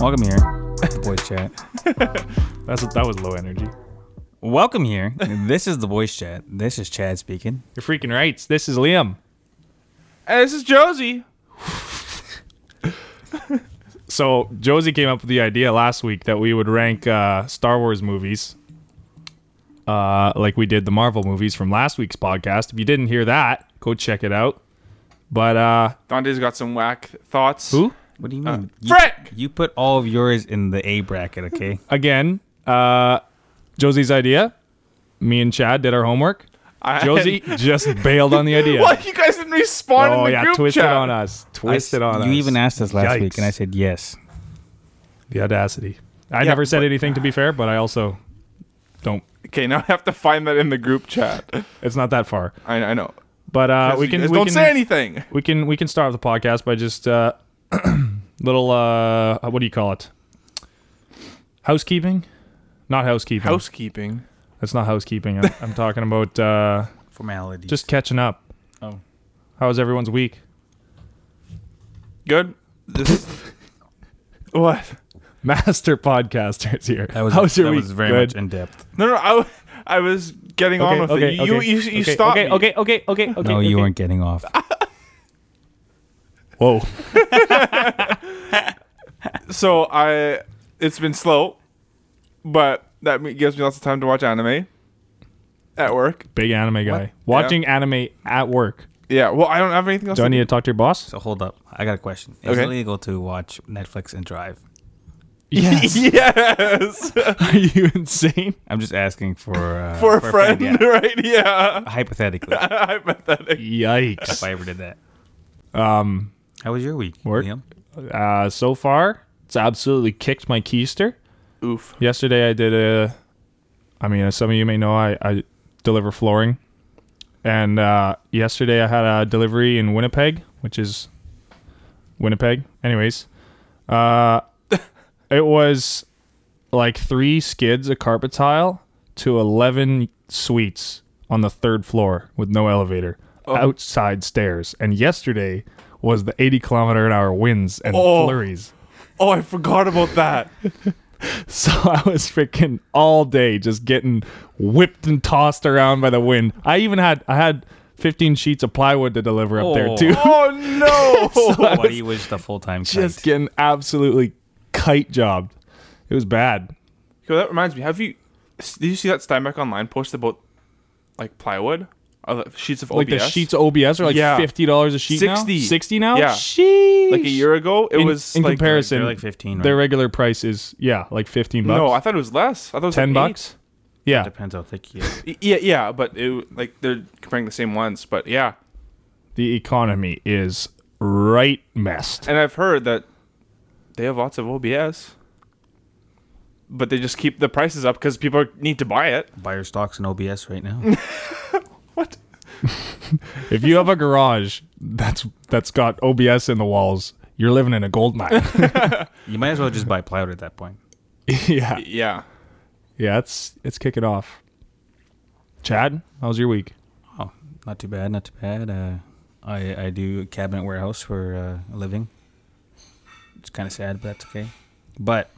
Welcome here. It's the boys chat. That's that was low energy. Welcome here. This is the boys chat. This is Chad speaking. You're freaking right. This is Liam. And this is Josie. so Josie came up with the idea last week that we would rank uh, Star Wars movies, uh, like we did the Marvel movies from last week's podcast. If you didn't hear that, go check it out. But uh, Dante's got some whack thoughts. who What do you Uh, mean? you, frick! You put all of yours in the A bracket, okay? again? Uh, Josie's idea. Me and Chad did our homework. I- Josie just bailed on the idea. Well, you guys didn't respond in Oh the yeah, group twist chat. it on us. Twist it on you us. even asked us last week, Yikes. and I said yes. the audacity. I Yeah, never said but- anything to be fair, but I also don't. Okay, now I have to find that in the group chat. It's not that far, I, I know. but uh, we You can guys we don't can say anything. we can we can start off the podcast by just uh, little uh, what do you call it? Housekeeping, not housekeeping. Housekeeping. That's not housekeeping. I'm, I'm talking about uh, Formality. just catching up. Oh. how was everyone's week? Good. This. what? Master podcasters here. that was How was your that week? was very Good. much in depth. No, no. I, w- I was getting on with it. You, you, you okay, stopped. Okay, me. okay, okay, okay, okay. no, okay. you weren't getting off. Whoa. So I, it's been slow, but that me- gives me lots of time to watch anime. At work. Big anime guy. Watching anime at work. Yeah. Well, I don't have anything else. Do I to need to talk to your boss? So hold up. I got a question. Is it Okay. legal to watch Netflix and drive? Yes. yes. Are you insane? I'm just asking for uh, For a friend, yeah. right? Yeah. Hypothetically, if Hypothetic. Yikes. I ever did that. Um, How was your week? Work? Liam? uh, so far, it's absolutely kicked my keister. Oof. Yesterday, I did a. I mean, as some of you may know, I, I deliver flooring. And uh, yesterday, I had a delivery in Winnipeg, which is Winnipeg. Anyways, uh, it was like three skids of carpet tile to 11 suites on the third floor with no elevator outside stairs. And yesterday was the 80 kilometer an hour winds and Oh. flurries. Oh, I forgot about that. So I was freaking all day just getting whipped and tossed around by the wind. I even had I had 15 sheets of plywood to deliver up there Oh. too. oh no. what do you wish the full time? just getting absolutely kite jobbed. It was bad. Yo, that reminds me. Have you? s- Did you see that Steinbeck online post about like plywood, or the sheets of OBS? Like the sheets of OBS are like Yeah. $50 a sheet 60. now. 60 now? Yeah. Sheesh. Like a year ago, it In- was in like, comparison, they're like 15, right? Their regular price is yeah, like 15 bucks. No, I thought it was less. I thought it was 10 like eight. bucks. Yeah. Depends how thick you. Y- Yeah, yeah, but it like they're comparing the same ones, but yeah. The economy is right messed. And I've heard that they have lots of OBS, but they just keep the prices up because people need to buy it. Buyer stocks and OBS right now. What? If you have a garage that's that's got OBS in the walls, you're living in a gold mine. You might as well just buy plywood at that point. Ah. yeah, Yeah. yeah, it's it's kicking off. Chad, how was your week? Oh, not too bad, not too bad. Uh, I I do cabinet warehouse for uh, a living. It's kind of sad, but that's okay. But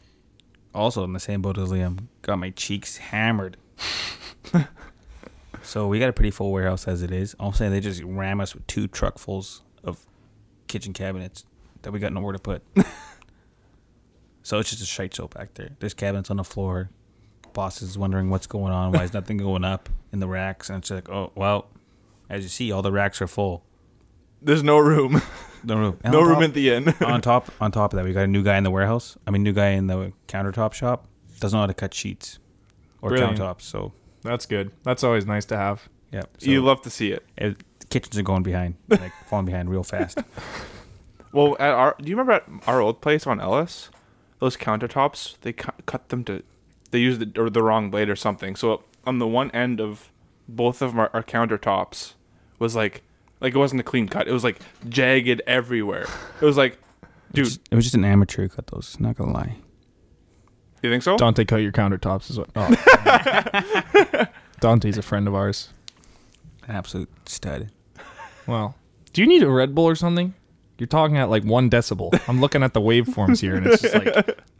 also in the same boat as Liam, got my cheeks hammered. so we got a pretty full warehouse as it is. I'm saying they just ram us with two truckfuls of kitchen cabinets that we got nowhere to put. so it's just a shite show back there. There's cabinets on the floor. Boss is wondering what's going on. Why is nothing going up in the racks? And it's like, oh well, as you see, all the racks are full. There's no room. No room. And no on room top- at the inn. on top on top of that, we got a new guy in the warehouse. I mean, new guy in the countertop shop doesn't know how to cut sheets or Brilliant. countertops. So That's good. That's always nice to have. yeah, so you love to see it. it- kitchens are going behind, like falling behind real fast. Well, at our do you remember at our old place on Ellis, those countertops they cu- cut them to, they used the, or the wrong blade or something. So on the one end of both of our, our countertops was like like it wasn't a clean cut. It was like jagged everywhere. It was like, dude, It was just an amateur who cut those. Not gonna lie. you think so? Dante cut your countertops is what. Oh. Dante's a friend of ours. An absolute stud. Well, do you need a Red Bull or something? You're talking at like one decibel. I'm looking at the waveforms here, and it's just like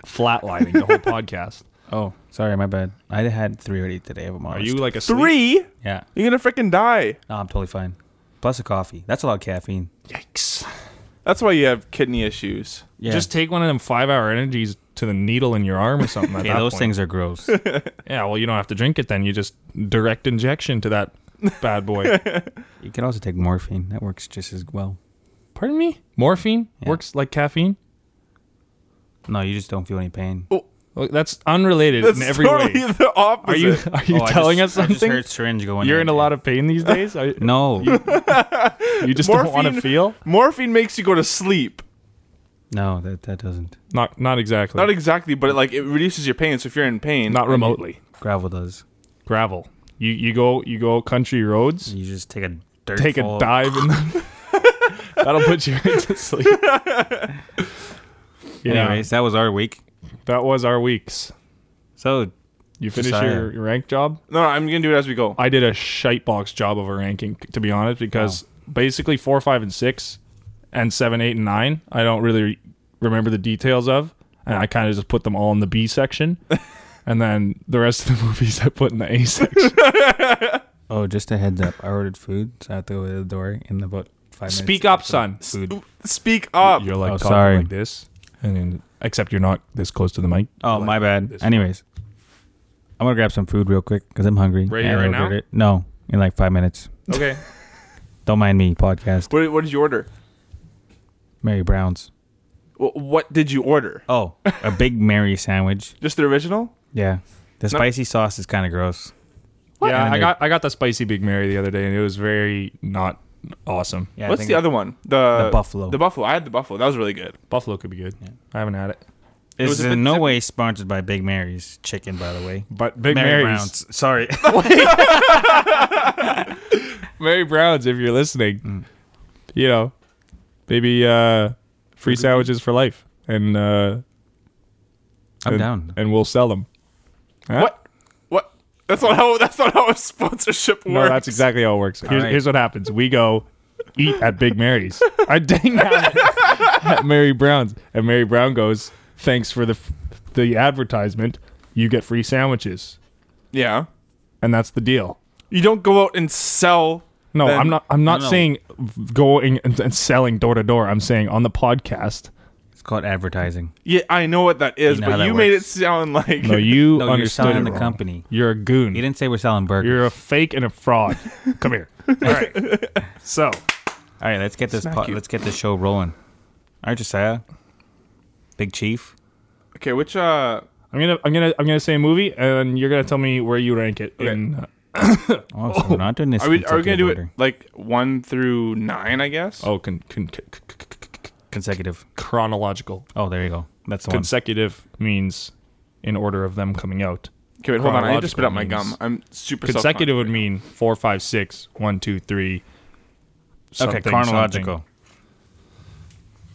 flatlining the whole podcast. Oh, sorry, my bad. I had three already today of them. Are you like a Three? Yeah. You're gonna freaking die. No, I'm totally fine. Plus a coffee. That's a lot of caffeine. Yikes! That's why you have kidney issues. Yeah. Just take one of them five-hour energies to the needle in your arm or something. at yeah, that those point. things are gross. Yeah, well, you don't have to drink it then. You just direct injection to that bad boy. you can also take morphine. That works just as well. Pardon me? Morphine Yeah. works like caffeine. No, you just don't feel any pain. Look, that's unrelated That's in every totally way. the opposite. Are you are you Oh, I telling just- us I just something? heard syringe going. You're in a lot of pain these days. Are, you- No, you just don't want to Morphine- feel. Morphine makes you go to sleep. no, that that doesn't. Not not exactly. Not exactly, but it, like it reduces your pain. So if you're in pain, not remotely. Gravel does. Gravel. You you go you go country roads. You just take a dirt. take a fall. dive in them. That'll put you right to sleep. Yeah, Anyways, that was our week. that was our weeks. So You finish Josiah. your, your rank job. no, no, I'm gonna do it as we go. I did a shite box job of a ranking, to be honest, because basically four, five, and six, and seven, eight, and nine, I don't really remember the details of, and I kind of just put them all in the B section, and then the rest of the movies I put in the A section. Oh, just a heads up. I ordered food, so I have to go to the door in about five minutes. Speak to up, get son. some Food. Speak up. You're like Oh, talking sorry. like this, and then, except you're not this close to the mic. Oh, my bad. this Anyways, I'm gonna grab some food real quick because I'm hungry. Right and here, I right now? ordered It. No, in like five minutes. Okay. Don't mind me. Podcast. What, what did you order? Mary Brown's. Wh- What did you order? Oh, a big Mary sandwich. Just the original? Yeah, the No. spicy sauce is kind of gross. Yeah, And I they- got I got the spicy Big Mary the other day, and it was very not awesome. Yeah, I What's think the it- other one? The, Uh, The buffalo. The buffalo. I had the buffalo. That was really good. Buffalo could be good. I haven't had it, This was is a bit in no zip- way sponsored by Big Mary's chicken, by the way. but Big Mary Brown's. Brown's. Sorry. Mary Brown's, if you're listening, you know, maybe uh, free sandwiches for life, and uh, I'm and- down. and we'll sell them. Huh? What? What? That's not how. That's not how a sponsorship No, works. that's exactly how it works. Here's, right. here's what happens: we go eat at Big Mary's. I dang that at Mary Brown's, and Mary Brown goes, "Thanks for the f- the advertisement. You get free sandwiches, Yeah. and that's the deal." You don't go out and sell. No, then- I'm not. I'm not No, no. saying going and, and selling door to door. I'm saying on the podcast. It's called advertising. Yeah, I know what that is, You know how but that you made it works. sound like. No, you No, you're understood selling it the wrong. company. You're a goon. He didn't say we're selling burgers. You're a fake and a fraud. Come here. All right. So All right, let's get this Smack po- you. let's get this show rolling. All right, Josiah, Big Chief. okay, which uh, I'm gonna I'm gonna I'm gonna say a movie, and you're gonna tell me where you rank it. Okay. In, uh, Oh, so we're not doing this. are we are we gonna consecutive do order. it like one through nine? I guess. oh, con, con, c- c- c- c- consecutive? chronological. Oh, there you go. That's the one. Consecutive means in order of them coming out. Okay, wait, hold on. I need to spit out my Chronological gum. I'm super self-conscious. Consecutive would mean four, five, six, one, two, three. Okay, something, chronological. something.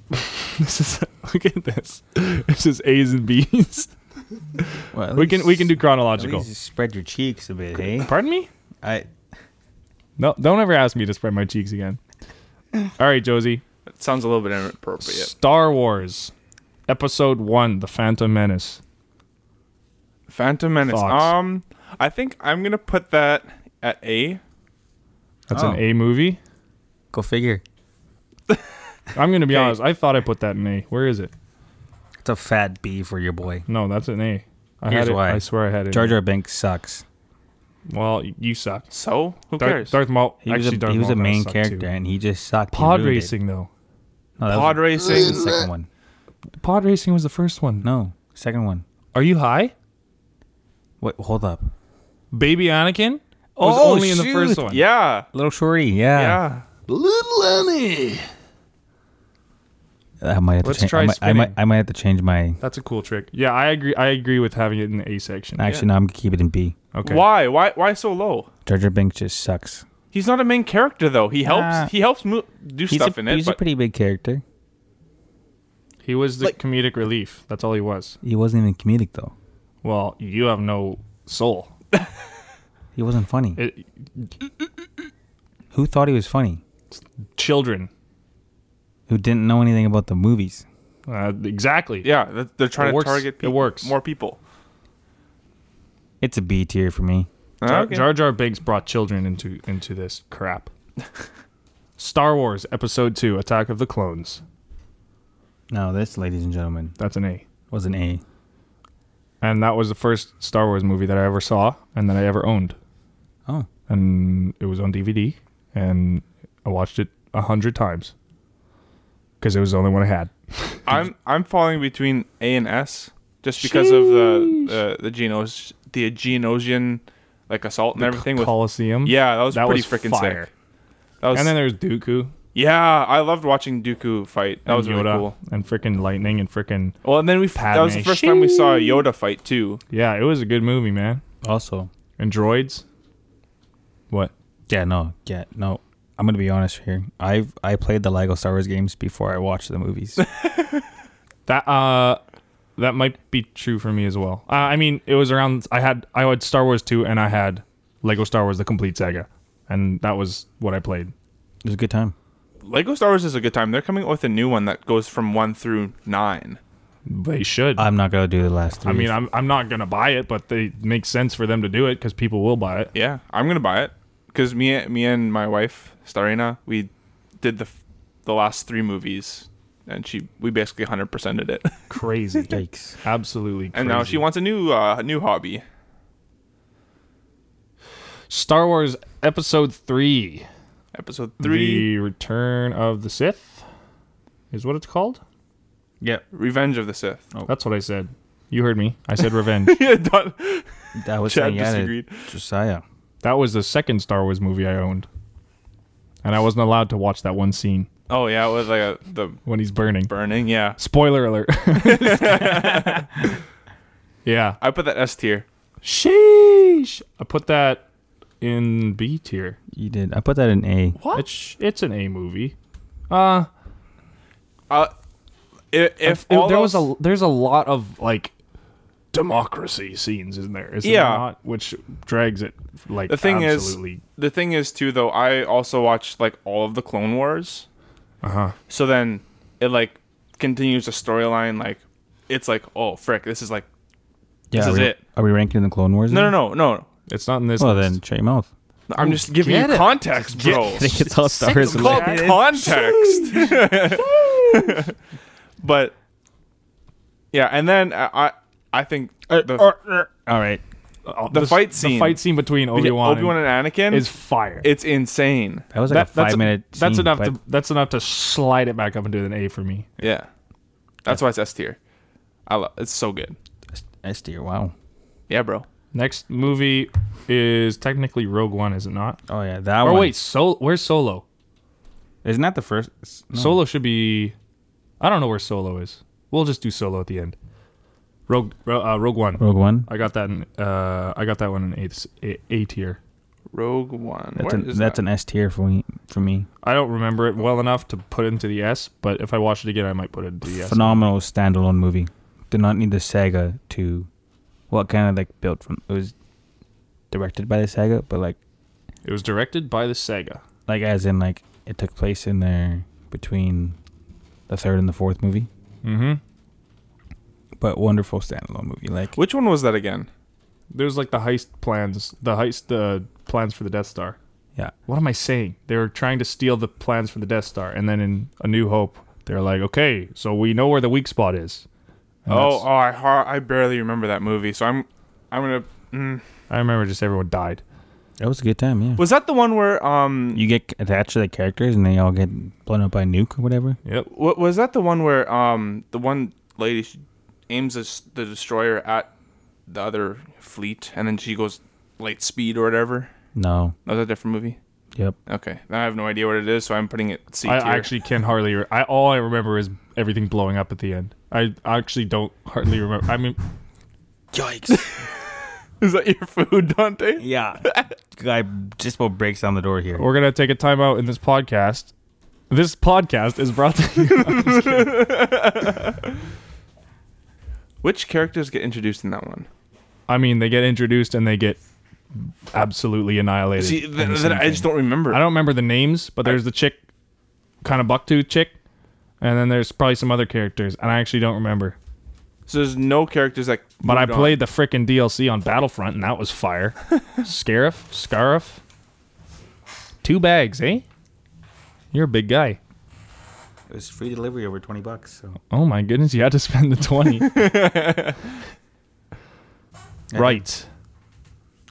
This is look at this. This is A's and B's. Well, at We can we can least- do at chronological. least you spread your cheeks a bit, hey? Pardon me? I No, don't ever ask me to spread my cheeks again. All right, Josie. It sounds a little bit inappropriate. Star Wars, Episode One: The Phantom Menace. Phantom Menace. Thoughts? Um, I think I'm gonna put that at A. That's Oh. an A movie. go figure. I'm gonna be Okay. honest. I thought I put that in A. Where is it? It's a fat B for your boy. No, that's an A. I Here's had it. why. I swear I had it. in Jar A. Jar Banks sucks. Well, y- you suck. So who Darth, cares? Darth Maul. He was actually, a, Darth he was a Maul kinda main sucked character, too. and he just sucked. He Pod ruined it. racing though. No, that was- Pod That racing. was the second one. Pod racing was the first one. No, second one. Are you high? Wait, hold up. Baby Anakin was Oh, only in the shoot. first one. Yeah. Little Shorty, yeah. Yeah. Little Annie. I might have to Let's change. try I, might, I might. spinning. I might have to change my. That's a cool trick. Yeah, I agree. I agree with having it in the A section. Actually, no. I'm gonna keep it in B. Okay. Why? Why? Why so low? Jar Jar Binks just sucks. He's not a main character though. He helps. Nah. He helps mo- do He's, stuff a, in it. he's a But pretty big character. He was the Like- comedic relief. That's all he was. He wasn't even comedic though. Well, you have no soul. He wasn't funny. It, Who thought he was funny? children. Who didn't know anything about the movies? Uh, exactly. Yeah, th- they're trying It to works. target It peop- works. more people. It's a B tier for me. Jar, Okay. Jar Jar Binks brought children into into this crap. Star Wars Episode Two: Attack of the Clones. No, this, ladies and gentlemen, That's an A. was an A. And that was the first Star Wars movie that I ever saw and that I ever owned. Oh, and it was on DVD, and I watched it a hundred times because it was the only one I had. I'm I'm falling between A and S just because of the the the Genos the Genosian like assault and everything with Coliseum. yeah that was that pretty was freaking fire. sick. That was And then there's Dooku. yeah I loved watching Dooku fight. That and was Yoda really cool. and freaking lightning and freaking Well, and then we that was the Padme. first time we saw a Yoda fight too. yeah, it was a good movie, man. also, And droids. What? yeah, no, yeah, no. I'm gonna be honest here. I've I played the Lego Star Wars games before I watched the movies. That uh, that might be true for me as well. Uh, I mean, it was around. I had I had Star Wars two, and I had Lego Star Wars: The Complete Saga, and that was what I played. It was a good time. Lego Star Wars is a good time. They're coming out with a new one that goes from one through nine. They should. I'm not gonna do the last three. I mean, I'm, I'm not gonna buy it, but they it makes sense for them to do it because people will buy it. Yeah, I'm gonna buy it because me me and my wife Starina we did the f- the last three movies and she we basically hundred percented it. Crazy, yikes. absolutely. Crazy. And now she wants a new uh, new hobby. Star Wars Episode Three, Episode three, The Return of the Sith, is what it's called. Yep. Revenge of the Sith. That's what I said. You heard me. I said Revenge. yeah, Don- That was Chad saying, yeah, disagreed. Josiah. that was the second Star Wars movie I owned, and I wasn't allowed to watch that one scene Oh yeah, it was like a, the when he's burning. burning. Yeah, Spoiler alert. yeah. I put that S tier. Sheesh. I put that in B tier. You did. I put that in A. It's it's an A movie. Uh, if, if It- all there else- was a there's a lot of like democracy scenes in there, is there Yeah. not? which drags it like the thing absolutely. is the thing is too though i also watched like all of the clone wars uh-huh so then it like continues the storyline like it's like oh frick this is like Yeah, This are is we, it. Are we ranking the Clone Wars? no then? no no no it's not in this. Well, list. then shut your mouth. i'm just giving you get it. context bro I think it's all Star Wars. of Call it context but yeah and then uh, i i, I think Uh, the, All right. Oh, the this- fight scene. the fight scene between Obi Wan, obi-wan and anakin is fire. it's insane That was like That- a five that's, minute. that's scene, enough. but To, that's enough to slide it back up into an A for me. yeah that's why it's s tier i love it's so good S tier. Wow. yeah bro Next movie is technically Rogue One, is it not? Oh yeah, that Or one. wait, Sol- where's Solo? isn't that the first? No. Solo should be. I don't know where Solo is. We'll just do Solo at the end. Rogue Ro- uh, Rogue One. Rogue One. I got that. In, uh, I got that one in eighth A, A tier. Rogue One. That's Where an is that's that? an S tier for me. For me, I don't remember it well enough to put into the S, but if I watch it again, I might put it into the S. phenomenal standalone movie. Did not need the saga to, well, kind of like built from. It was directed by the saga, but like It was directed by the Sega. like as in like it took place in there between the third and the fourth movie. Mm-hmm. But wonderful standalone movie. Like Which one was that again? There's like the heist plans, the heist uh, plans for the Death Star. yeah, What am I saying? They were trying to steal the plans for the Death Star, and then in A New Hope, they're like, "Okay, so we know where the weak spot is." And Oh, that's- oh, I har- I barely remember that movie. So I'm, I'm gonna. Mm. I remember just everyone died. that was a good time. Yeah, Was that the one where um, you get attached to the characters and they all get blown up by a nuke or whatever. Yep. w- was that the one where um, the one lady she aims this, the destroyer at the other fleet, and then she goes light speed or whatever? No. No, that's a different movie. Yep. Okay, now I have no idea what it is, so I'm putting it C tier. I actually can hardly. Re- I all I remember is everything blowing up at the end. I actually don't hardly remember. I mean, Yikes. is that your food, Dante? yeah. Guy just about breaks down the door here. we're gonna take a timeout in this podcast. This podcast is brought to you. Which characters get introduced in that one? I mean, they get introduced and they get absolutely annihilated. See, in the th- th- same I just don't remember. I don't remember the names, but there's the chick, kind of buck tooth chick, and then there's probably some other characters, and I actually don't remember. So there's no characters that. But I moved on. played the frickin' DLC on Battlefront, and that was fire. Scarif, Scarif, two bags, eh? You're a big guy. It was free delivery over twenty bucks. So Oh my goodness, you had to spend the twenty. right.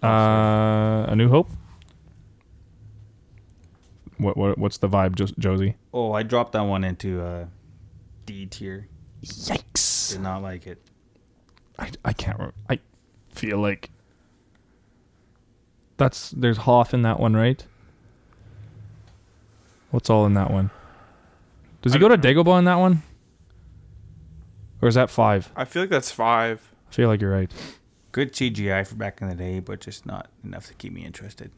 Uh, a New Hope. What what what's the vibe, Jos- Josie? oh, I dropped that one into uh, D tier. Yikes! Did not like it. I, I can't. Remember. I feel like that's there's Hoth in that one, right? What's all in that one? Does he I go to don't Dagobah in that one, or is that five? I feel like that's five. I feel like you're right. Good CGI for back in the day, but just not enough to keep me interested.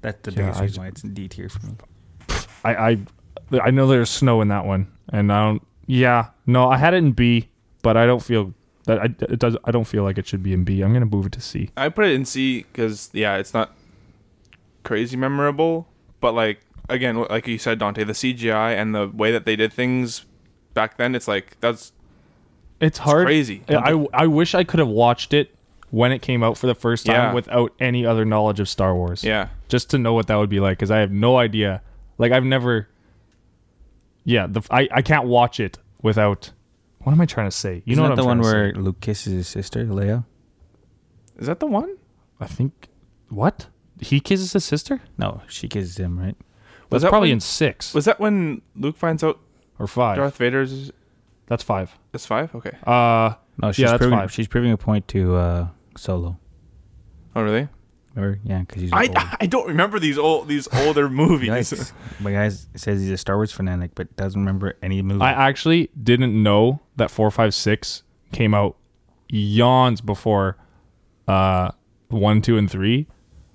That's the Yeah, biggest I- reason why it's in D tier for me. I, I I know there's snow in that one, and I don't. Yeah, no, I had it in B, but I don't feel that I it does. I don't feel like it should be in B. I'm gonna move it to C. I put it in C because yeah, it's not crazy memorable, but like again, like you said, Dante, the CGI and the way that they did things back then, it's like that's It's hard. crazy. I, I I wish I could have watched it when it came out for the first time Yeah. without any other knowledge of Star Wars. yeah. just to know what that would be like because I have no idea. Like I've never. Yeah, the I I can't watch it without. What am I trying to say? You know Isn't what that I'm the trying one to say. where Luke kisses his sister Leia? Is that the one? I think what he kisses his sister. No, she kisses him, right? That's Was that probably when- in six Was that when Luke finds out or five. Darth Vader's That's five. is five? Okay. Uh, No, she's Yeah, that's proving five. she's proving a point to uh, Solo. Oh really? Remember? Yeah, because he's old. I, I don't remember these old these older movies. Yikes. My guy says he's a Star Wars fanatic, but doesn't remember any movie. I actually didn't know that four, five, six came out yawns before uh one, two, and three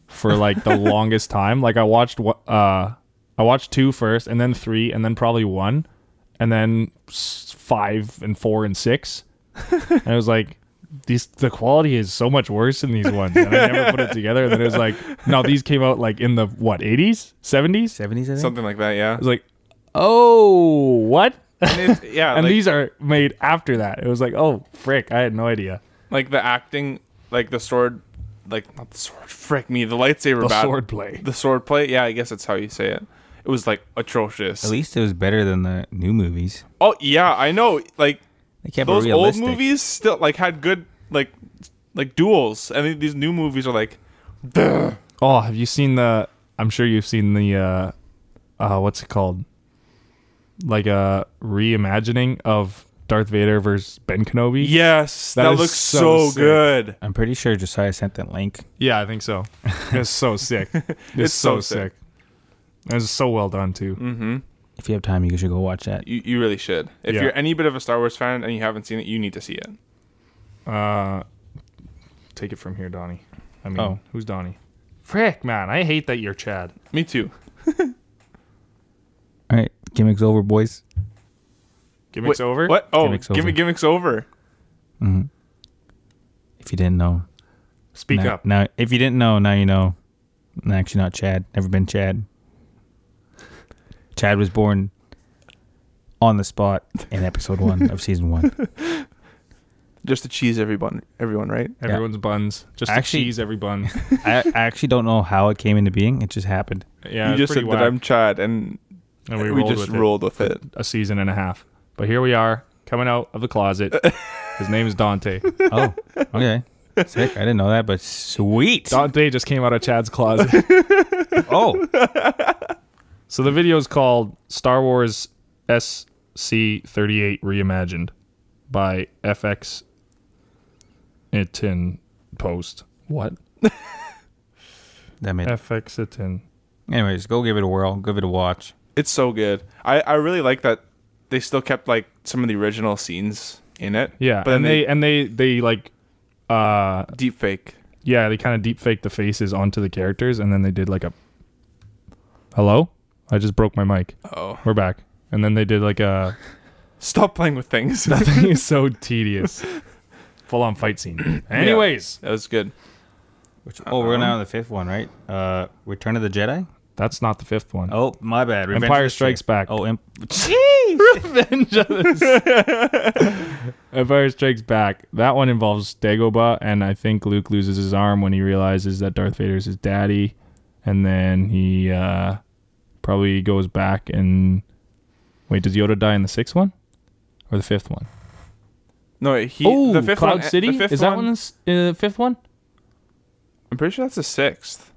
for like the longest time. Like I watched what uh I watched two first, and then three, and then probably one, and then s- five and four and six. and I was like, these the quality is so much worse in these ones. And I never put it together. And then it was like, no, these came out like in the what, eighties, seventies? I 70s, I think. Something like that, yeah. was like, oh, what? And it's, yeah, and like, these are made after that. It was like, oh frick, I had no idea. like the acting, like the sword, like not the sword, frick me, the lightsaber The battle, sword play. the sword play. Yeah, I guess that's how you say it. It was like atrocious. At least it was better than the new movies. Oh yeah, I know. Like They kept those it old realistic. movies still like had good like like duels, and then these new movies are like, "Duh." Oh, have you seen the? I'm sure you've seen the. Uh, uh, what's it called? Like a reimagining of Darth Vader versus Ben Kenobi. yes, That that, is looks so so, sick. good. I'm pretty sure Josiah sent that link. yeah, I think so. It's so sick. It's, It's so so sick. Mm-hmm. sick. It's so well done too. If you have time, you should go watch that. You you really should. If Yeah. you're any bit of a Star Wars fan and you haven't seen it, you need to see it. Uh, take it from here, Donnie. I mean, Oh. who's Donnie? Frick, man, I hate that you're Chad. Me too. All right, gimmicks over, boys. Gimmicks Wait, over. What? Oh, Gimmick's gimm- over. gimmicks over. Mm-hmm. If you didn't know, Speak now, up. now. If you didn't know, now you know. And actually, not Chad. Never been Chad. Chad was born on the spot in episode one of season one. Just to cheese everyone, everyone, right? Yeah. Everyone's buns. Just Actually- to cheese every bun. I, I actually don't know how it came into being. It just happened. Yeah, you just said that I'm Chad, and, and we, rolled just with it rolled with it. a season and a half. But here we are, coming out of the closet. His name is Dante. Oh, okay. Sick. I didn't know that, but sweet. Dante just came out of Chad's closet. Oh, so the video is called Star Wars SC38 Reimagined by FX Itin Post. What? that made. FX Itin. Anyways, go give it a whirl. Give it a watch. It's so good. I, I really like that they still kept like some of the original scenes in it. Yeah, but then and they, and they they like uh deep fake. yeah, they kind of deep faked the faces onto the characters, and then they did like a. Hello, I just broke my mic. Oh, We're back, and then they did like a. stop playing with things. that Nothing is so tedious. Full on fight scene. Anyways, was good. Which, oh, we're now on the fifth one, right? Uh, Return of the Jedi. that's not the fifth one. Oh, my bad. Revenge of Empire the Strikes Sith. Back. Oh, imp- jeez. Revenge of the Empire Strikes Back. That one involves Dagobah, and I think Luke loses his arm when he realizes that Darth Vader is his daddy, and then he uh, probably goes back and wait. Does Yoda die in the sixth one or the fifth one? No, he. oh, the fifth Cloud one, City The fifth is that one the uh, fifth one? I'm pretty sure that's the sixth.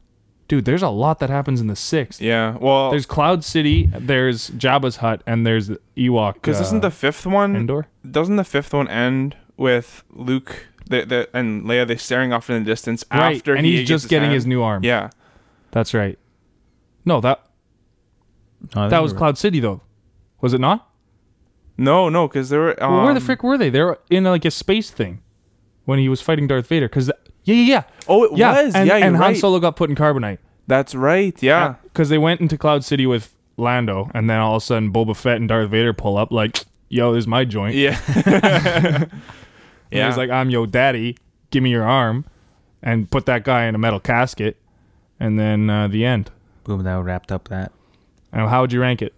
Dude, there's a lot that happens in the sixth. Yeah. Well, There's Cloud City, there's Jabba's hut, and there's the Ewok. because uh, isn't the fifth one? Endor? Doesn't the fifth one end with Luke the, the, and Leia? They staring off in the distance Right, after and he he's gets just getting hand? his new arm. Yeah. That's right. No, that No, I that think was you're right. Cloud City though, was it not? No, no, because there were. Um, well, where the frick were they? They were in like a space thing when he was fighting Darth Vader. Because yeah, yeah, yeah. Oh, it yeah, was. And, yeah, you're and Han right. Solo got put in carbonite. That's right. Yeah. Because they went into Cloud City with Lando, and then all of a sudden Boba Fett and Darth Vader pull up like, "Yo, there's my joint." Yeah. And He's Yeah. like, I'm yo daddy. Give me your arm. And put that guy in a metal casket. And then uh, the end. Boom, that wrapped up that. And how would you rank it?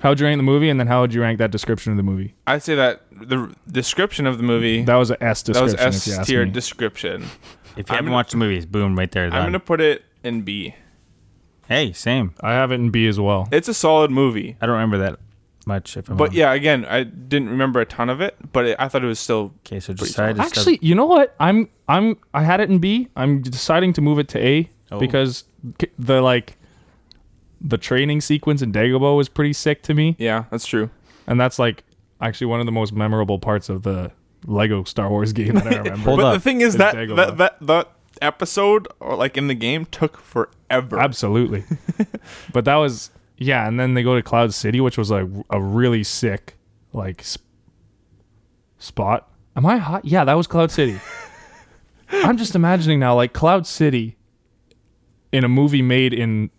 How would you rank the movie? And then how would you rank that description of the movie? I'd say that the description of the movie That was a S that was description. S if you tier ask me. description. If I'm you haven't gonna- watched the movies, boom, right there. I'm done. gonna put it in B. Hey, same. I have it in B as well. It's a solid movie, I don't remember that much. If I'm Oh. but yeah, again, I didn't remember a ton of it, but it, I thought it was still. Okay, so Pretty decided. Actually, you know what? I'm I'm I had it in B. I'm deciding to move it to A Oh. because c- the like the training sequence in Dagobah was pretty sick to me. Yeah, that's true. And that's like actually one of the most memorable parts of the Lego Star Wars game that I remember. Hold but up. the thing It's is that Dagobah. that, that that episode or like in the game took forever. Absolutely. but that was yeah, and then they go to Cloud City, which was like a really sick like sp- spot. Am I hot? Yeah, that was Cloud City. I'm just imagining now like Cloud City in a movie made in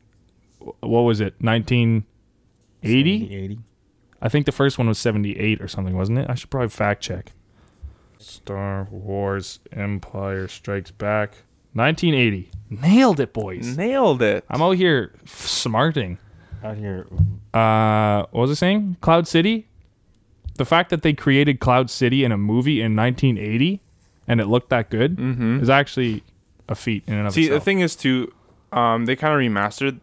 what was it? 1980? 80. I think the first one was 78 or something, wasn't it? I should probably fact check. Star Wars Empire Strikes Back 1980. Nailed it, boys. Nailed it. I'm out here f- smarting. Out here. Uh, what was I saying? Cloud City. The fact that they created Cloud City in a movie in 1980 and it looked that good is actually a feat in and of Mm-hmm. See, itself. the thing is too, um, they kind of remastered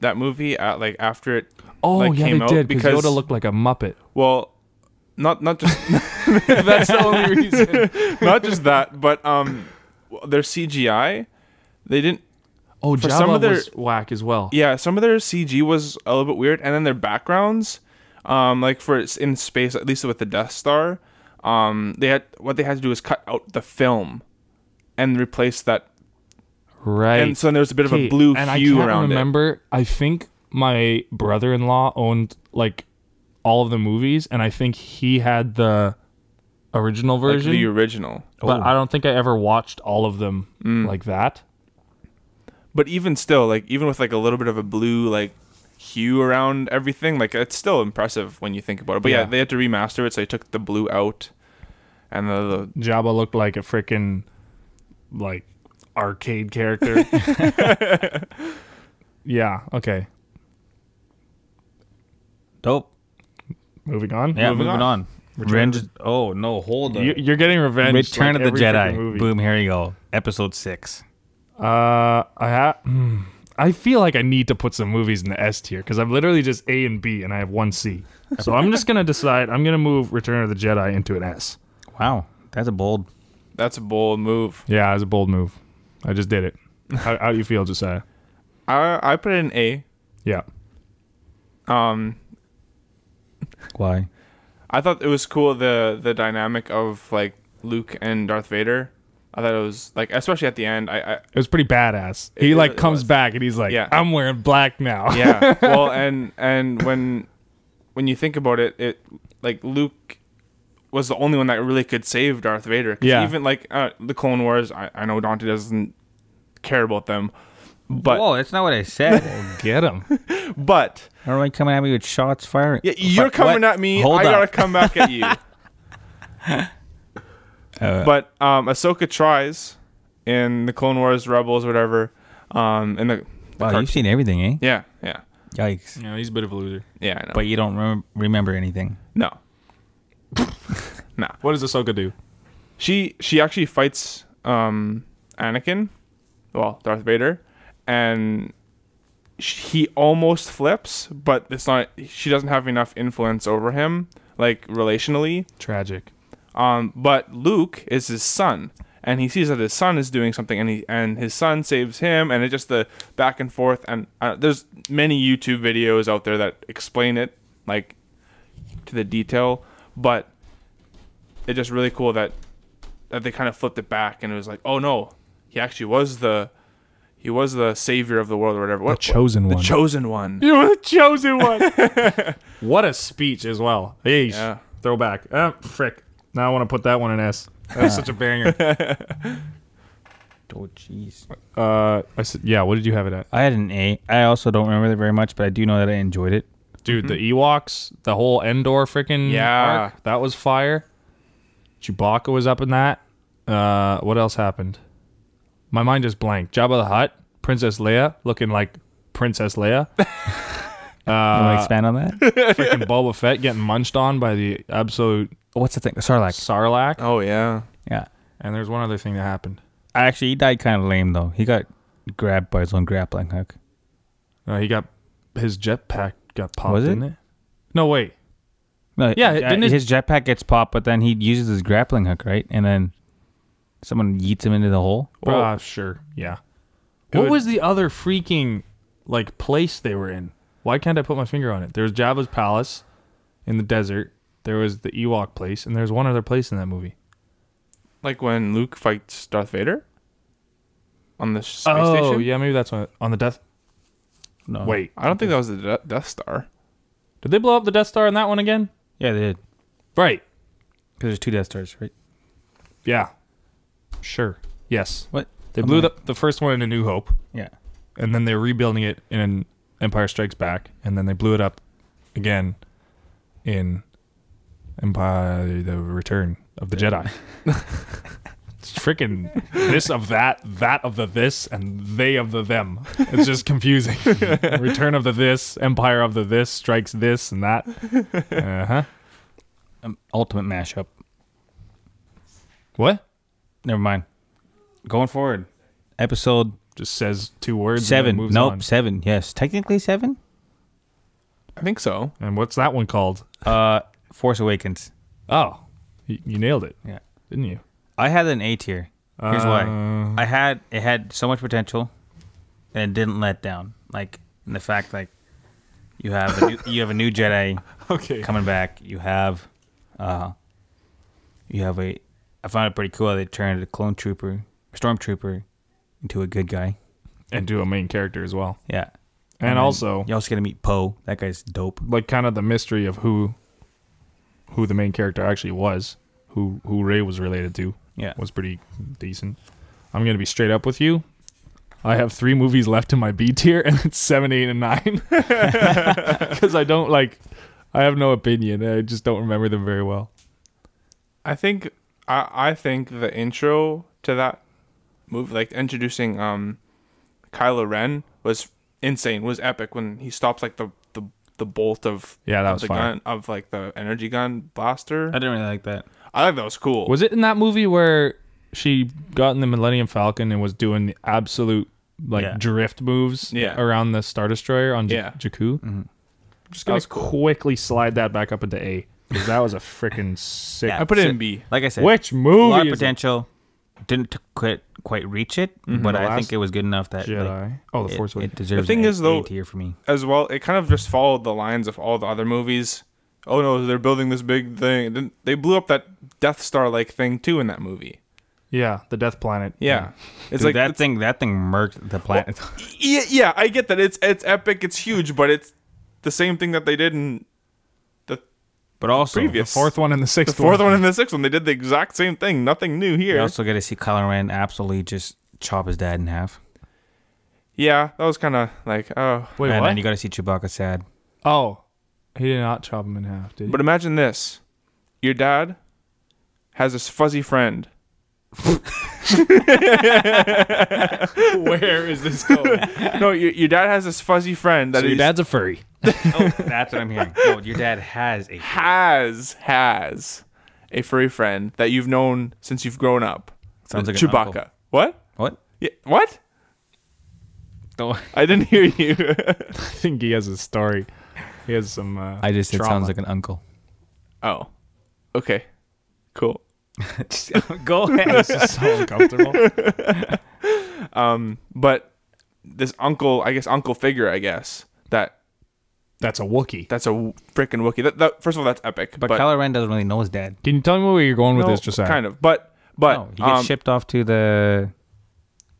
that movie at like after it. oh like, yeah, came they out did because because- Yoda looked like a muppet. Well, not not just That's the only reason. not just that, but um, their CGI, they didn't. Oh, For Jabba some of their- was whack as well. Yeah, some of their CG was a little bit weird, and then their backgrounds, um, like for s- in space, at least with the Death Star, um, they had what they had to do was cut out the film, and replace that, Right. and so there was a bit of a Okay, blue and I hue can't around it. remember, I think my brother-in-law owned like all of the movies, and I think he had the original Like version. the original, Oh. but Mm. I don't think I ever watched all of them like that. but even still, like even with like a little bit of a blue like hue around everything, like it's still impressive when you think about it. But yeah, Yeah. they had to remaster it, so they took the blue out, and the, the Jabba looked like a freaking like arcade character. yeah. Okay. Dope. Moving on. Yeah, Moving moving, on. on. Revenge. Oh no, hold on. You- You're getting revenge. Return of like the every freaking Jedi. movie. Boom. Here you go. Episode six. Uh, I ha- hmm. I feel like I need to put some movies in the S tier because I'm literally just A and B, and I have one C. So I'm just gonna decide. I'm gonna move Return of the Jedi into an S. Wow, that's a bold. that's a bold move. Yeah, it's a bold move. I just did it. How, how do you feel, Josiah? I I put it in A. Yeah. Um, Why? I thought it was cool the the dynamic of like Luke and Darth Vader. I thought it was like especially at the end. I, I It was pretty badass. He It like really comes was. back and he's like, Yeah. "I'm wearing black now." yeah. well, and and when when you think about it, it like Luke was the only one that really could save Darth Vader. 'Cause Yeah. Even like uh, the Clone Wars, I, I know Dante doesn't care about them, but Whoa, that's not what I said. Get him. but Everyone coming at me with shots firing. yeah, you're Fuck, coming what? at me. Hold I up. gotta come back at you. Uh, But um, Ahsoka tries in the Clone Wars, Rebels, whatever. Um, in the, the wow, cartoon- you've seen everything, eh? Yeah, yeah. Yikes. You know, he's a bit of a loser. Yeah, I know. But you don't rem- remember anything. no. nah. What does Ahsoka do? She she actually fights um Anakin, well, Darth Vader, and sh- he almost flips, but it's not she doesn't have enough influence over him like relationally. Tragic. Um, but Luke is his son, and he sees that his son is doing something, and he and his son saves him, and it's just the back and forth. And uh, there's many YouTube videos out there that explain it like to the detail, but it's just really cool that that they kind of flipped it back, and it was like, oh no, he actually was the he was the savior of the world or whatever. What, chosen the one. chosen one. You were the chosen one. what a speech as well. Yeesh. Yeah. Throwback. Ah, frick. Now I want to put that one in S. That's such a banger. Oh, jeez. Uh, I said, yeah. What did you have it at, I had an A. I also don't remember that very much, but I do know that I enjoyed it. dude? Mm-hmm. The Ewoks, the whole Endor freaking Yeah. arc, that was fire. Chewbacca was up in that. Uh, what else happened? My mind just blanked. Jabba the Hutt, Princess Leia, looking like Princess Leia. you want to expand on that? freaking Boba Fett getting munched on by the absolute What's the thing? Sarlacc. Sarlacc. Oh yeah, Yeah. And there's one other thing that happened. Actually, he died kind of lame, though. He got grabbed by his own grappling hook. Uh, he got his jetpack got popped, Was it? didn't it? No, wait. No, Yeah, uh, didn't his- his jetpack gets popped, but then he uses his grappling hook, right? And then someone yeets him into the hole. Well, Ah, sure. Yeah. What would- was the other freaking like place they were in? Why can't I put my finger on it? There was Jabba's palace in the desert. There was the Ewok place, and there's one other place in that movie. like when Luke fights Darth Vader on the space oh, station. yeah, maybe that's one on the Death. No. Wait, I don't think that was the De- Death Star. did they blow up the Death Star in that one again? Yeah, they did. Right. Because there's two Death Stars, right? Yeah. Sure. Yes. What? They blew the, the first one in A New Hope. Yeah. and then they're rebuilding it in Empire Strikes Back, and then they blew it up again in Empire: The Return of the Jedi. it's freaking this of that, that of the this, and they of the them. It's just confusing. Return of the this, Empire of the this, strikes this and that. Uh huh. Um, ultimate mashup. What? Never mind. Going forward. Episode Just says two words. seven. And then moves Nope, on. seven. Yes. Technically seven? I think so. And what's that one called? Uh, Force Awakens. Oh, you, you nailed it, Yeah. didn't you? I had an A tier. Here's why. I had it had so much potential, and it didn't let down. Like in the fact, like you have a new, you have a new Jedi Okay. coming back. You have, uh, you have a. I found it pretty cool. how They turned a clone trooper, stormtrooper, into a good guy. And do a main character as well. Yeah. and then also you also get to meet Poe. That guy's dope. like kind of the mystery of who who the main character actually was, who who Ray was related to, Yeah. was pretty decent. I'm gonna be straight up with you. I have three movies left in my B tier, and it's seven, eight, and nine because I don't like. I have no opinion. I just don't remember them very well. I think I I think the intro to that movie, like introducing um Kylo Ren, was insane. Was epic when he stops like the the, the bolt of Yeah, that of was the fire. gun of like the energy gun I blaster. didn't really like that. I thought that was cool. Was it in that movie where she got in the Millennium Falcon and was doing the absolute like Yeah. drift moves Yeah. around the Star Destroyer on J- Yeah. Jakku? Mm-hmm. just gonna quickly slide that back up into A because that was a freaking sick. Yeah. I put it in B. Like I said, Which a lot movie of is it? potential. Didn't t- quite quite reach it, but I Mm-hmm. Last think it was good enough that like, Jedi? Oh, the it, Force it Awakens. deserves. The thing an is, though- A tier for me. As well, it kind of just followed the lines of all the other movies. Oh no, they're building this big thing. Then they blew up that Death Star like thing too in that movie. Yeah, the Death Planet. Yeah, it's Dude, like that it's- thing. That thing murked the planet. yeah, yeah, I get that. It's it's epic. It's huge, but it's the same thing that they did in the but also, previous Fourth one and the the sixth fourth one and the sixth one. They did the exact same thing. Nothing new you here. also get to see Kylo Ren absolutely just chop his dad in half. Yeah, that was kind of like oh. Wait, and what? then you got to see Chewbacca sad. oh, he did not chop him in half, did he? But imagine this: your dad has this fuzzy friend. Where is this going? no, your, your dad has this fuzzy friend that so your he's- dad's a furry. Oh, that's what I'm hearing. Oh, your dad has a. has has a furry friend that you've known since you've grown up. Sounds like an Chewbacca. uncle. What? What? Yeah, what? Don't- I didn't hear you. I think he has a story. He has some. Uh, I just said trauma. sounds like an uncle. oh, okay, cool. Go ahead. This is so uncomfortable. But this uncle, I guess uncle figure, I guess that That's a Wookie. that's a freaking Wookiee. That, that first of all, that's epic. But, Kylo Ren doesn't really know his dad. Can you tell me where you're going with no, this, Josiah? kind of. But but No, he gets um, shipped off to the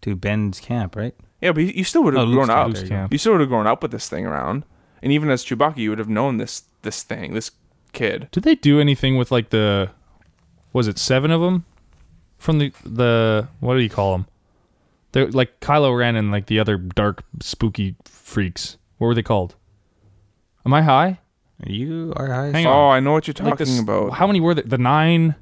to Ben's camp, right? Yeah, but you- you still would have Oh, Luke's grown camp, up. there you go. You still would have grown up with this thing around, and even as Chewbacca, you would have known this this thing, this kid. Did they do anything with like the? Was it seven of them? From the the what do you call them? They're like Kylo Ren and like the other dark spooky freaks. What were they called? Am I high? You are high. as Hang fuck. Oh, I know what you're talking Like this- about. How many were there? The nine,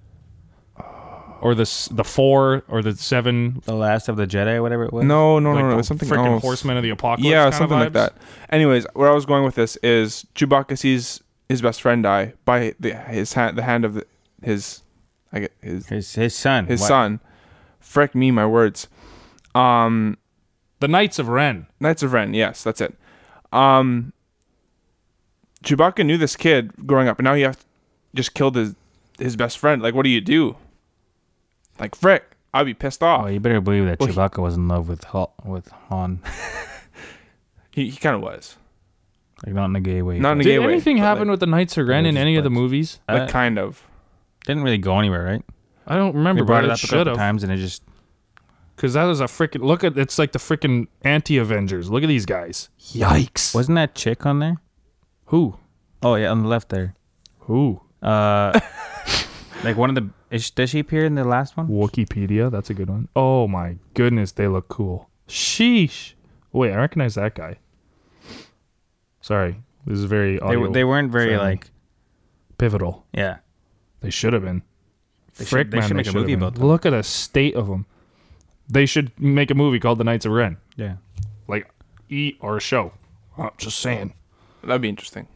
or the s- the four, or the seven? The last of the Jedi, or whatever it was. no, no, like no, no, the something freaking else. horsemen of the apocalypse. yeah, kinda something like vibes? that. Anyways, where I was going with this is Chewbacca sees his best friend die by the, his hand, the hand of the, his, I get his His his son. his What? son. Frick me, my words. Um, The Knights of Ren. Knights of Ren. Yes, that's it. Um, Chewbacca knew this kid growing up, and now he have just killed his his best friend. Like, what do you do? Like, frick, I'd be pissed Oh, off. you better believe that Well, he- Chewbacca was in love with Hal- with Han, He, he kind of was. like not in a gay way. Not in a but- gay Did way, anything but, happen like- with the Knights of Ren Yeah, in just any of the buds. movies? Uh, like, kind of. didn't really go anywhere, right? I don't We remember. brought it up a should couple have. times, and it just Because that was a freaking look at it's like the freaking anti Avengers. Look at these guys. Yikes. wasn't that chick on there. Who? Oh yeah, on the left there. Who? Uh, like one of the is, does she appear in the last one? Wikipedia. That's a good one. Oh my goodness, they look cool. Sheesh. Wait, I recognize that guy. Sorry, this is very They, audio were- they weren't very friendly. like pivotal. yeah. They should have been. They should- Frick, they man, should make a should've movie been. about them. Look at the state of them. They should make a movie called The Knights of Ren, Yeah. like e or a show. I'm just saying. That'd be interesting.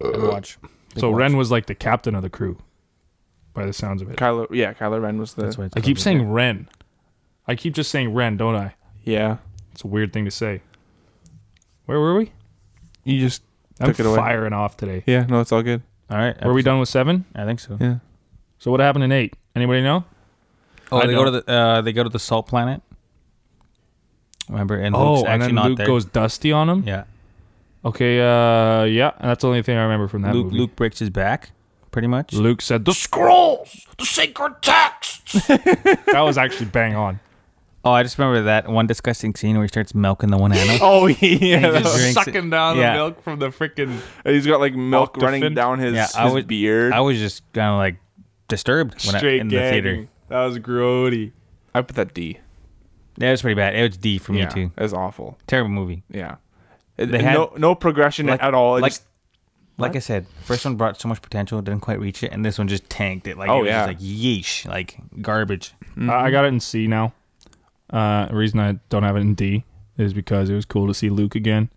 watch. Uh, So Ren was like the captain of the crew, by the sounds of it. Kylo, yeah, Kylo Ren was the. That's why it's I keep called saying Ren. I keep just saying Ren, don't I? Yeah, It's a weird thing to say. Where were we? you just I'm took it away. firing off today. Yeah, no, it's all good. it. All right. Were we done with seven? I think so. Yeah. So what happened in eight? Anybody know? Oh, I they go to don't- the uh, they go to the salt planet. Remember, and Luke's oh, and actually then not Luke there. goes dusty on him. yeah, Okay, uh, yeah, that's the only thing I remember from that Luke movie. Luke breaks his back, pretty much. Luke said the Scrolls, the sacred texts. that was actually bang on. Oh, I just remember that one disgusting scene where he starts milking the one animal. Oh yeah, He just drinks it. Yeah. from the freaking. and he's got like milk Octofin. running down his, Yeah, I his would- beard. I was just kind of like disturbed when I, Straight Uh, in the theater. That was grody. I put that D. That was pretty bad. It was D for Yeah, me too. that's awful. Terrible movie. Yeah, It- They had- no no progression like- at all. It like- just- Like I said, first one brought so much potential, didn't quite reach it, and this one just tanked it. Like Oh, it was yeah. just like yeesh, like garbage. I I got it in C now. Uh, the reason I don't have it in D is because it was cool to see Luke again,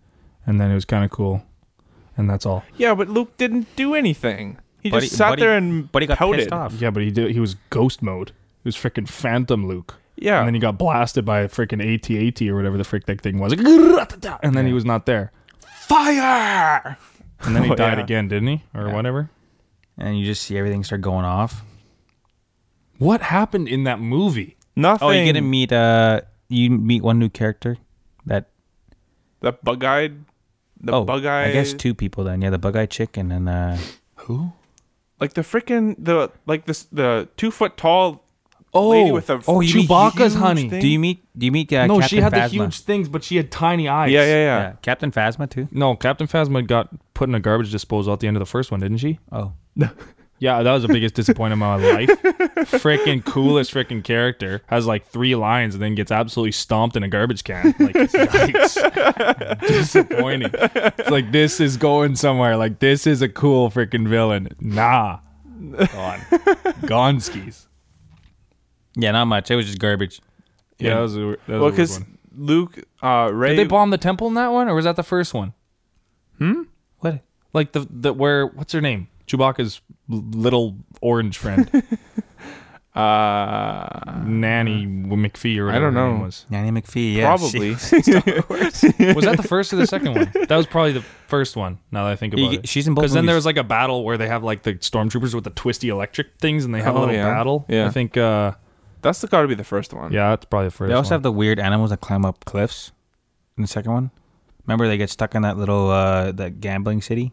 and then it was kind of cool, and that's all. Yeah, but Luke didn't do anything. He But just he- sat but he- there and But he got pouted. pissed off. Yeah, but he did. He was ghost mode. He was freaking Phantom Luke. Yeah. and then he got blasted by a freaking AT-AT or whatever the frick that thing was, like, "Grrrratata," and then he was not there. Fire! And then he Oh, died yeah. again, didn't he, or whatever? And you just see everything start going off. What happened in that movie? Nothing. Oh, you get to meet uh, you meet one new character. That That bug-eyed. The oh, bug-eyed. I guess two people then. Yeah, the bug-eyed chick and then uh, Like the freaking the like this the two foot tall lady with a oh, you mean Chewbacca's honey. thing. do you meet do you meet uh, no, Captain she had Phasma? the huge things, but she had tiny eyes. Yeah, yeah, yeah. yeah. Captain Phasma too. No, Captain Phasma got put in a garbage disposal at the end of the first one, didn't she? Oh, Yeah, that was the biggest disappointment of my life. Freaking coolest freaking character has like three lines and then gets absolutely stomped in a garbage can. Like, yikes. disappointing. It's like this is going somewhere. Like this is a cool freaking villain. Nah, gone, gone skis. yeah, not much. It was just garbage. Yeah, that was a, that was well, a weird because one. Luke, uh, Ray, Did they bomb the temple in that one, or was that the first one? Hmm. What? Like the the where? What's her name? Chewbacca's l- little orange friend, uh, Nanny McPhee, or I whatever don't her name know. Was. Nanny McPhee. Yeah, probably. She, was that the first or the second one? That was probably the first one. Now that I think You about get- it, she's in both Because then there movies. was like a battle where they have like the stormtroopers with the twisty electric things, and they have a Oh, little yeah. battle. Yeah. I think. uh That's the, gotta be the first one. Yeah, that's probably the first. they also one. have the weird animals that climb up cliffs. In the second one, remember they get stuck in that little uh that gambling city,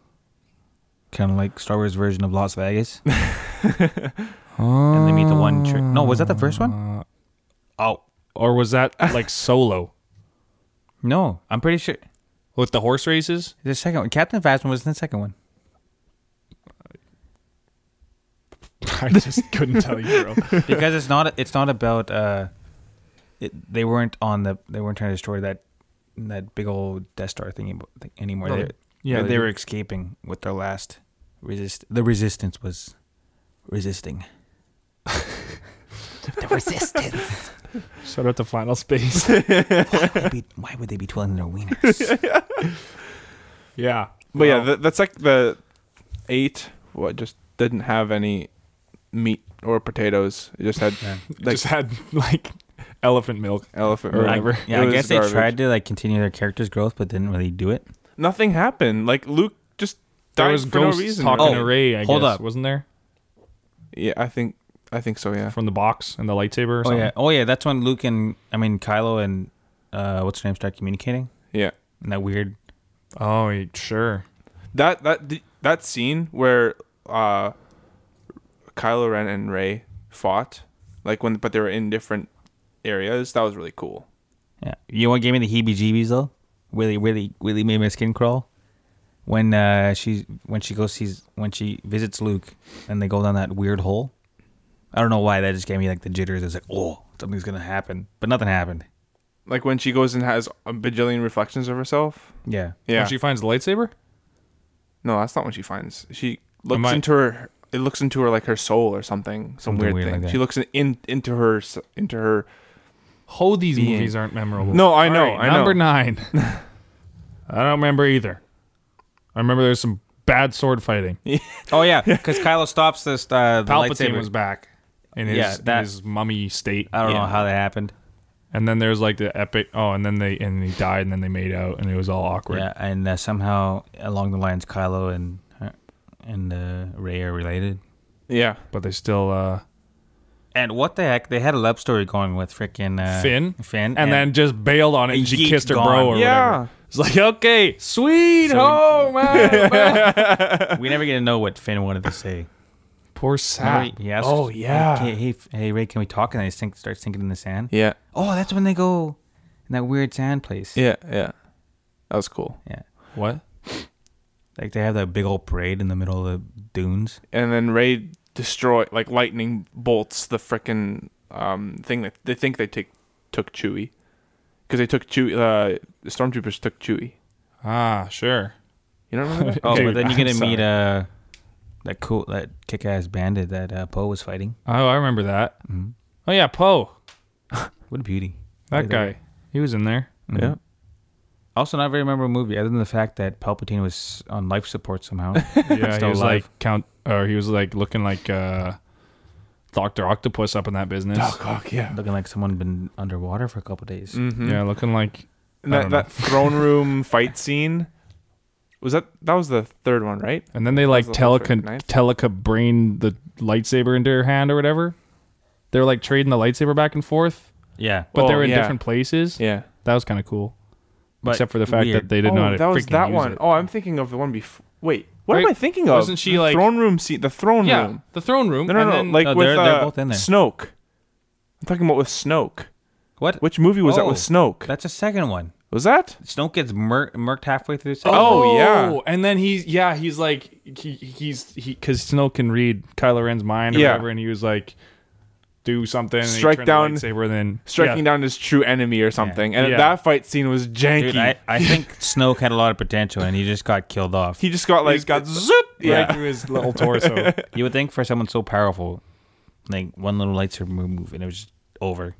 kind of like Star Wars version of Las Vegas. and they meet the one. Tri- no, was that the first one? Oh or was that like Solo no, I'm pretty sure with the horse races? the second one. Captain Phasma was in the second one. I just couldn't tell you, bro. because it's not it's not about uh it, they weren't on the they weren't trying to destroy that that big old Death Star thing abo- thing anymore. No, they, they- yeah, they, they- were escaping with their last resist. The resistance was resisting. the resistance. Shout out to Final Space. Why would, they be, why would they be twirling their wieners? Yeah. But yeah, that, that's like the eight. What just didn't have any meat or potatoes. It just had like just had like elephant milk. elephant. or meat. I, whatever. yeah, It I was guess they garbage. tried to like continue their character's growth, but didn't really do it. Nothing happened. Like Luke just died There was for ghosts no reason. talking Oh, to Ray. I hold guess up. wasn't there Yeah, I think I think so. Yeah. from the box and the lightsaber? Or Oh something? yeah, oh yeah, that's when Luke and I mean Kylo and uh, what's her name start communicating, Yeah. and that weird Oh yeah, sure. That that that scene where uh, Kylo Ren and Ray fought, like when but they were in different areas. That was really cool. Yeah. You know what gave me the heebie jeebies though? Really, really, really made my skin crawl. When uh she when she goes sees when she visits Luke and they go down that weird hole. I don't know why that just gave me like the jitters. It's like, oh, something's gonna happen. But nothing happened. Like when she goes and has a bajillion reflections of herself. Yeah. Yeah. When she finds the lightsaber. No, that's not what she finds. She looks might- into her. It looks into her like her soul or something. Some Something weird, weird thing. like that. she looks in, in into her s- into her. Oh, these Being- movies aren't memorable. No, I All know, I know. Number nine. I don't remember either. I remember there was some bad sword fighting. Oh yeah, because Kylo stops this uh the Palpatine lightsaber. was back in his, Yeah, in that- his mummy state. I don't Yeah. know how that happened. And then there's like the epic. Oh, and then they and he died, and then they made out, and it was all awkward. Yeah, and uh, somehow along the lines, Kylo and her- and uh, Ray are related. Yeah, But they still. uh And what the heck? They had a love story going with freaking uh, Finn, Finn, and, then just bailed on it. And she Yeet kissed her gone. bro, or Yeah. whatever. It's like, okay, sweet home, man. we never get to know what Finn wanted to say. Poor Remember Sat. he- he asked- Oh, hey, yeah. Hey, hey, f- hey, Ray, can we talk? And then he sink, starts sinking in the sand. yeah, Oh, that's when they go in that weird sand place. yeah, yeah. That was cool. Yeah. What? Like they have that big old parade in the middle of the dunes. And then Ray destroy like lightning bolts the frickin' um thing that they think they take took Chewie, because they took Chewie. Uh, the stormtroopers took Chewie. Ah, sure. You don't remember? that? Oh, Dude, but then you get I'm to sorry. meet uh that cool that kick ass bandit that uh, Poe was fighting. Oh, I remember that. Mm-hmm. Oh yeah, Poe. What a beauty. That Either guy. way. He was in there. yeah. Also, not very memorable movie other than the fact that Palpatine was on life support somehow. Yeah, he Still alive. was like count, or he was like looking like uh, Doctor Octopus up in that business. Cock, yeah. looking like someone been underwater for a couple days. Mm-hmm. Yeah, looking like And I that don't know. that throne room fight scene. Was that that was the third one, right? And then they like the whole trick, teleca nice. teleca brain the lightsaber into her hand or whatever. They were like trading the lightsaber back and forth, Yeah, but they Oh, were in yeah. different places. Yeah. That was kind of cool. But Except for the fact weird. that they did oh, not that was freaking that use one. it. Oh, I'm thinking of the one before. Wait, what am Right? I thinking of? Wasn't she the like- throne room scene? The throne yeah, room. the throne room. No, no, and no. then- like No, with they're- uh, they're both in there. Snoke. I'm talking about with Snoke. what? Which movie was that with Oh. Snoke? That's a second one. was that? Snoke gets mur- murked halfway through. The second Oh, yeah. And then he's yeah, he's like he, he's he because Snoke can read Kylo Ren's mind or Yeah. whatever, and he was like do something, and he Strike turned down- the lightsaber, and then Striking yeah. down his true enemy or something. And Yeah. that fight scene was janky. Dude, I, I think Snoke had a lot of potential and he just got killed off. he just got like just got zip. right Yeah. through his little torso. You would think for someone so powerful, like one little lightsaber move and it was just over.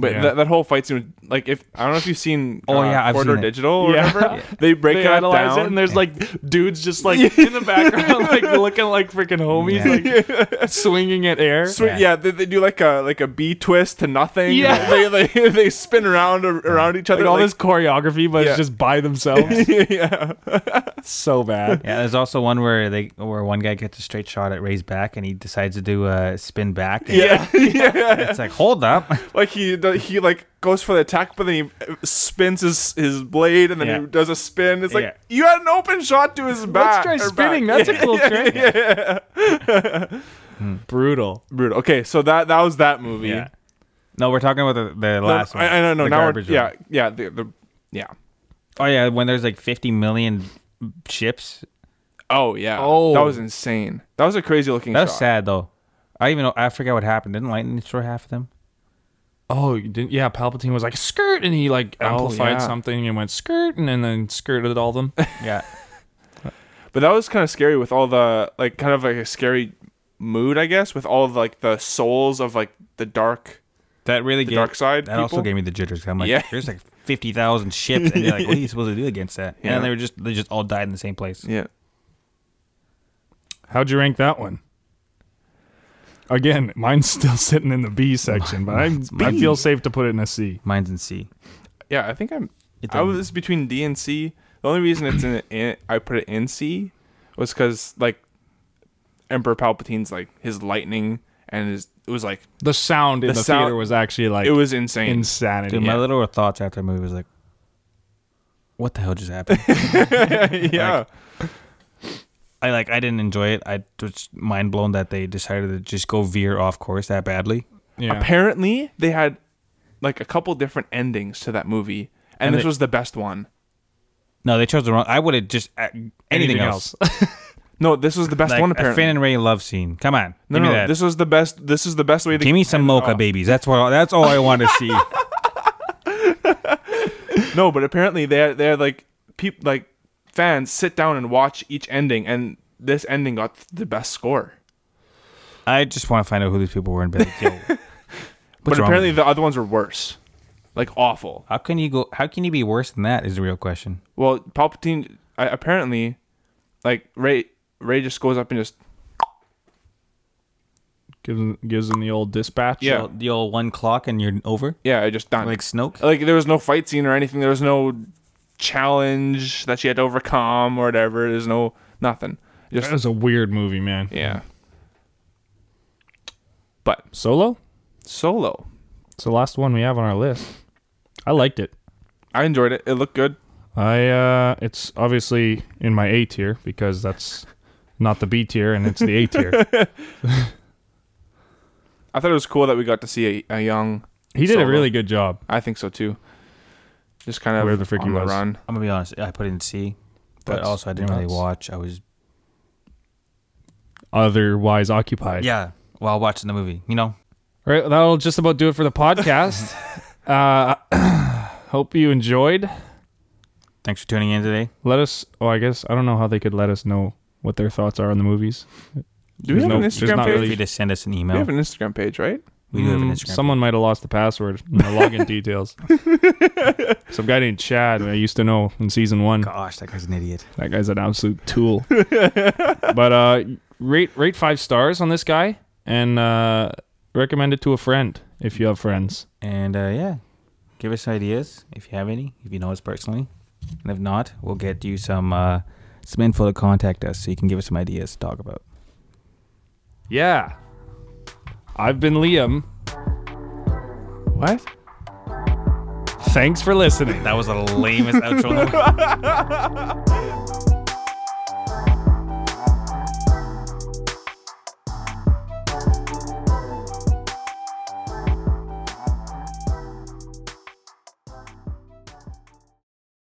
But Yeah. that, that whole fight scene, like if I don't know if you've seen Oh, yeah, I've Corridor seen it. Digital or Yeah. whatever, Yeah. they break they that analyze down. it, and there's like dudes just like in the background, like looking like freaking homies, like swinging at air. Swe- Yeah. yeah, they, they do like a like a B twist to nothing. Yeah. they, they they spin around ar- around each other. Like all this choreography, but Yeah. it's just by themselves. yeah, so bad. Yeah, there's also one where they where one guy gets a straight shot at Ray's back and he decides to do a spin back. and yeah, It's like, hold up. like he do- he like goes for the attack, but then he uh, spins his his blade and then Yeah. he does a spin. It's like Yeah. you had an open shot to his Let's back. try or back. spinning. That's a cool trick. Hmm. Brutal. Brutal. Okay, so that that was that movie. Yeah. No, we're talking about the, the Then- last one. I, I don't know. the now we're, garbage one. yeah, yeah, the, the yeah. Oh yeah, when there's like 50 million ships. Oh yeah. Oh. that was insane. That was a crazy looking. That was shot. sad though. I even know, I forgot what happened. Didn't lightning destroy half of them? Oh, you didn't, yeah. Palpatine was like skirt, and he like amplified yeah. something and went skirt, and, then skirted all of them. Yeah. But that was kind of scary with all the like kind of like a scary mood, I guess, with all of like the souls of like the dark. That really gave dark side That also people? gave me the jitters. 'cause I'm like, Yeah. there's like 50,000 ships, and you're like, what are you supposed to do against that? And Yeah. they were just they just all died in the same place. Yeah. How'd you rank that one? Again, mine's still sitting in the B section, but I'm, I feel safe to put it in a C. Mine's in C. Yeah, I think I'm. It's I a- was between D and C. The only reason it's in, in I put it in C was because like Emperor Palpatine's like his lightning and his it was like The sound in The the, sound- theater was actually like it was insane. insanity. Dude, my literal thoughts after the movie was like, what the hell just happened? yeah, I like I didn't enjoy it. I was mind blown that they decided to just go veer off course that badly. yeah. apparently they had like a couple different endings to that movie, and, And this they- was the best one. No, they chose the wrong. I would have just uh, anything, Anything else. No, this was the best Like, one. a Apparently, Finn and Ray love scene. Come on, no, give me no, that. this was the best. This is the best way to give me some mocha babies. That's what. That's all I want to see. No, but apparently they had, they had like peop, like fans sit down and watch each ending, and this ending got the best score. I just want to find out who these people were and be like, yo. what's but wrong apparently with the other ones were worse, like you? awful. how can you go? How can you be worse than that? Is the real question. Well, Palpatine I, apparently, like Ray Ray just goes up and just Gives him, gives him the old dispatch. Yeah. The- the old one clock and you're over, yeah, I just done. like Uh, Snoke. like there was no fight scene or anything. There was no challenge that she had to overcome or whatever. There's no nothing. That Just was a weird movie, man. yeah. But Solo? Solo, It's the last one we have on our list. I liked it. I enjoyed it. It looked good. I uh it's obviously in my A tier because that's not the B tier and it's the A tier. I thought it was cool that we got to see a, a young. He did a Solo. really good job. I think so too. Just kind of Where the frick on he the was. run. I'm gonna be honest. I put in C, but That's also I didn't really nuts. watch. I was Otherwise occupied. yeah while watching the movie. You know, All right, that'll just about do it for the podcast. uh hope you enjoyed. thanks for tuning in today. Let us oh I guess I don't know how they could let us know what their thoughts are on the movies. Do we There's have an no- there's Instagram not page? Feel really- free to send us an We email. have an Instagram page, right? We do have an Mm, Instagram. Someone might have lost the password and the login details. Some guy named Chad who I used to know in season one. Gosh, that guy's an idiot. That guy's an absolute tool. but uh, rate rate five stars on this guy and uh, recommend it to a friend if you have friends. And uh, yeah, give us ideas if you have any, if you know us personally, and if not, we'll get you some uh, some info to contact us so you can give us some ideas to talk about. Yeah. I've been Liam. What? Thanks for listening. That was the lamest outro. Bye.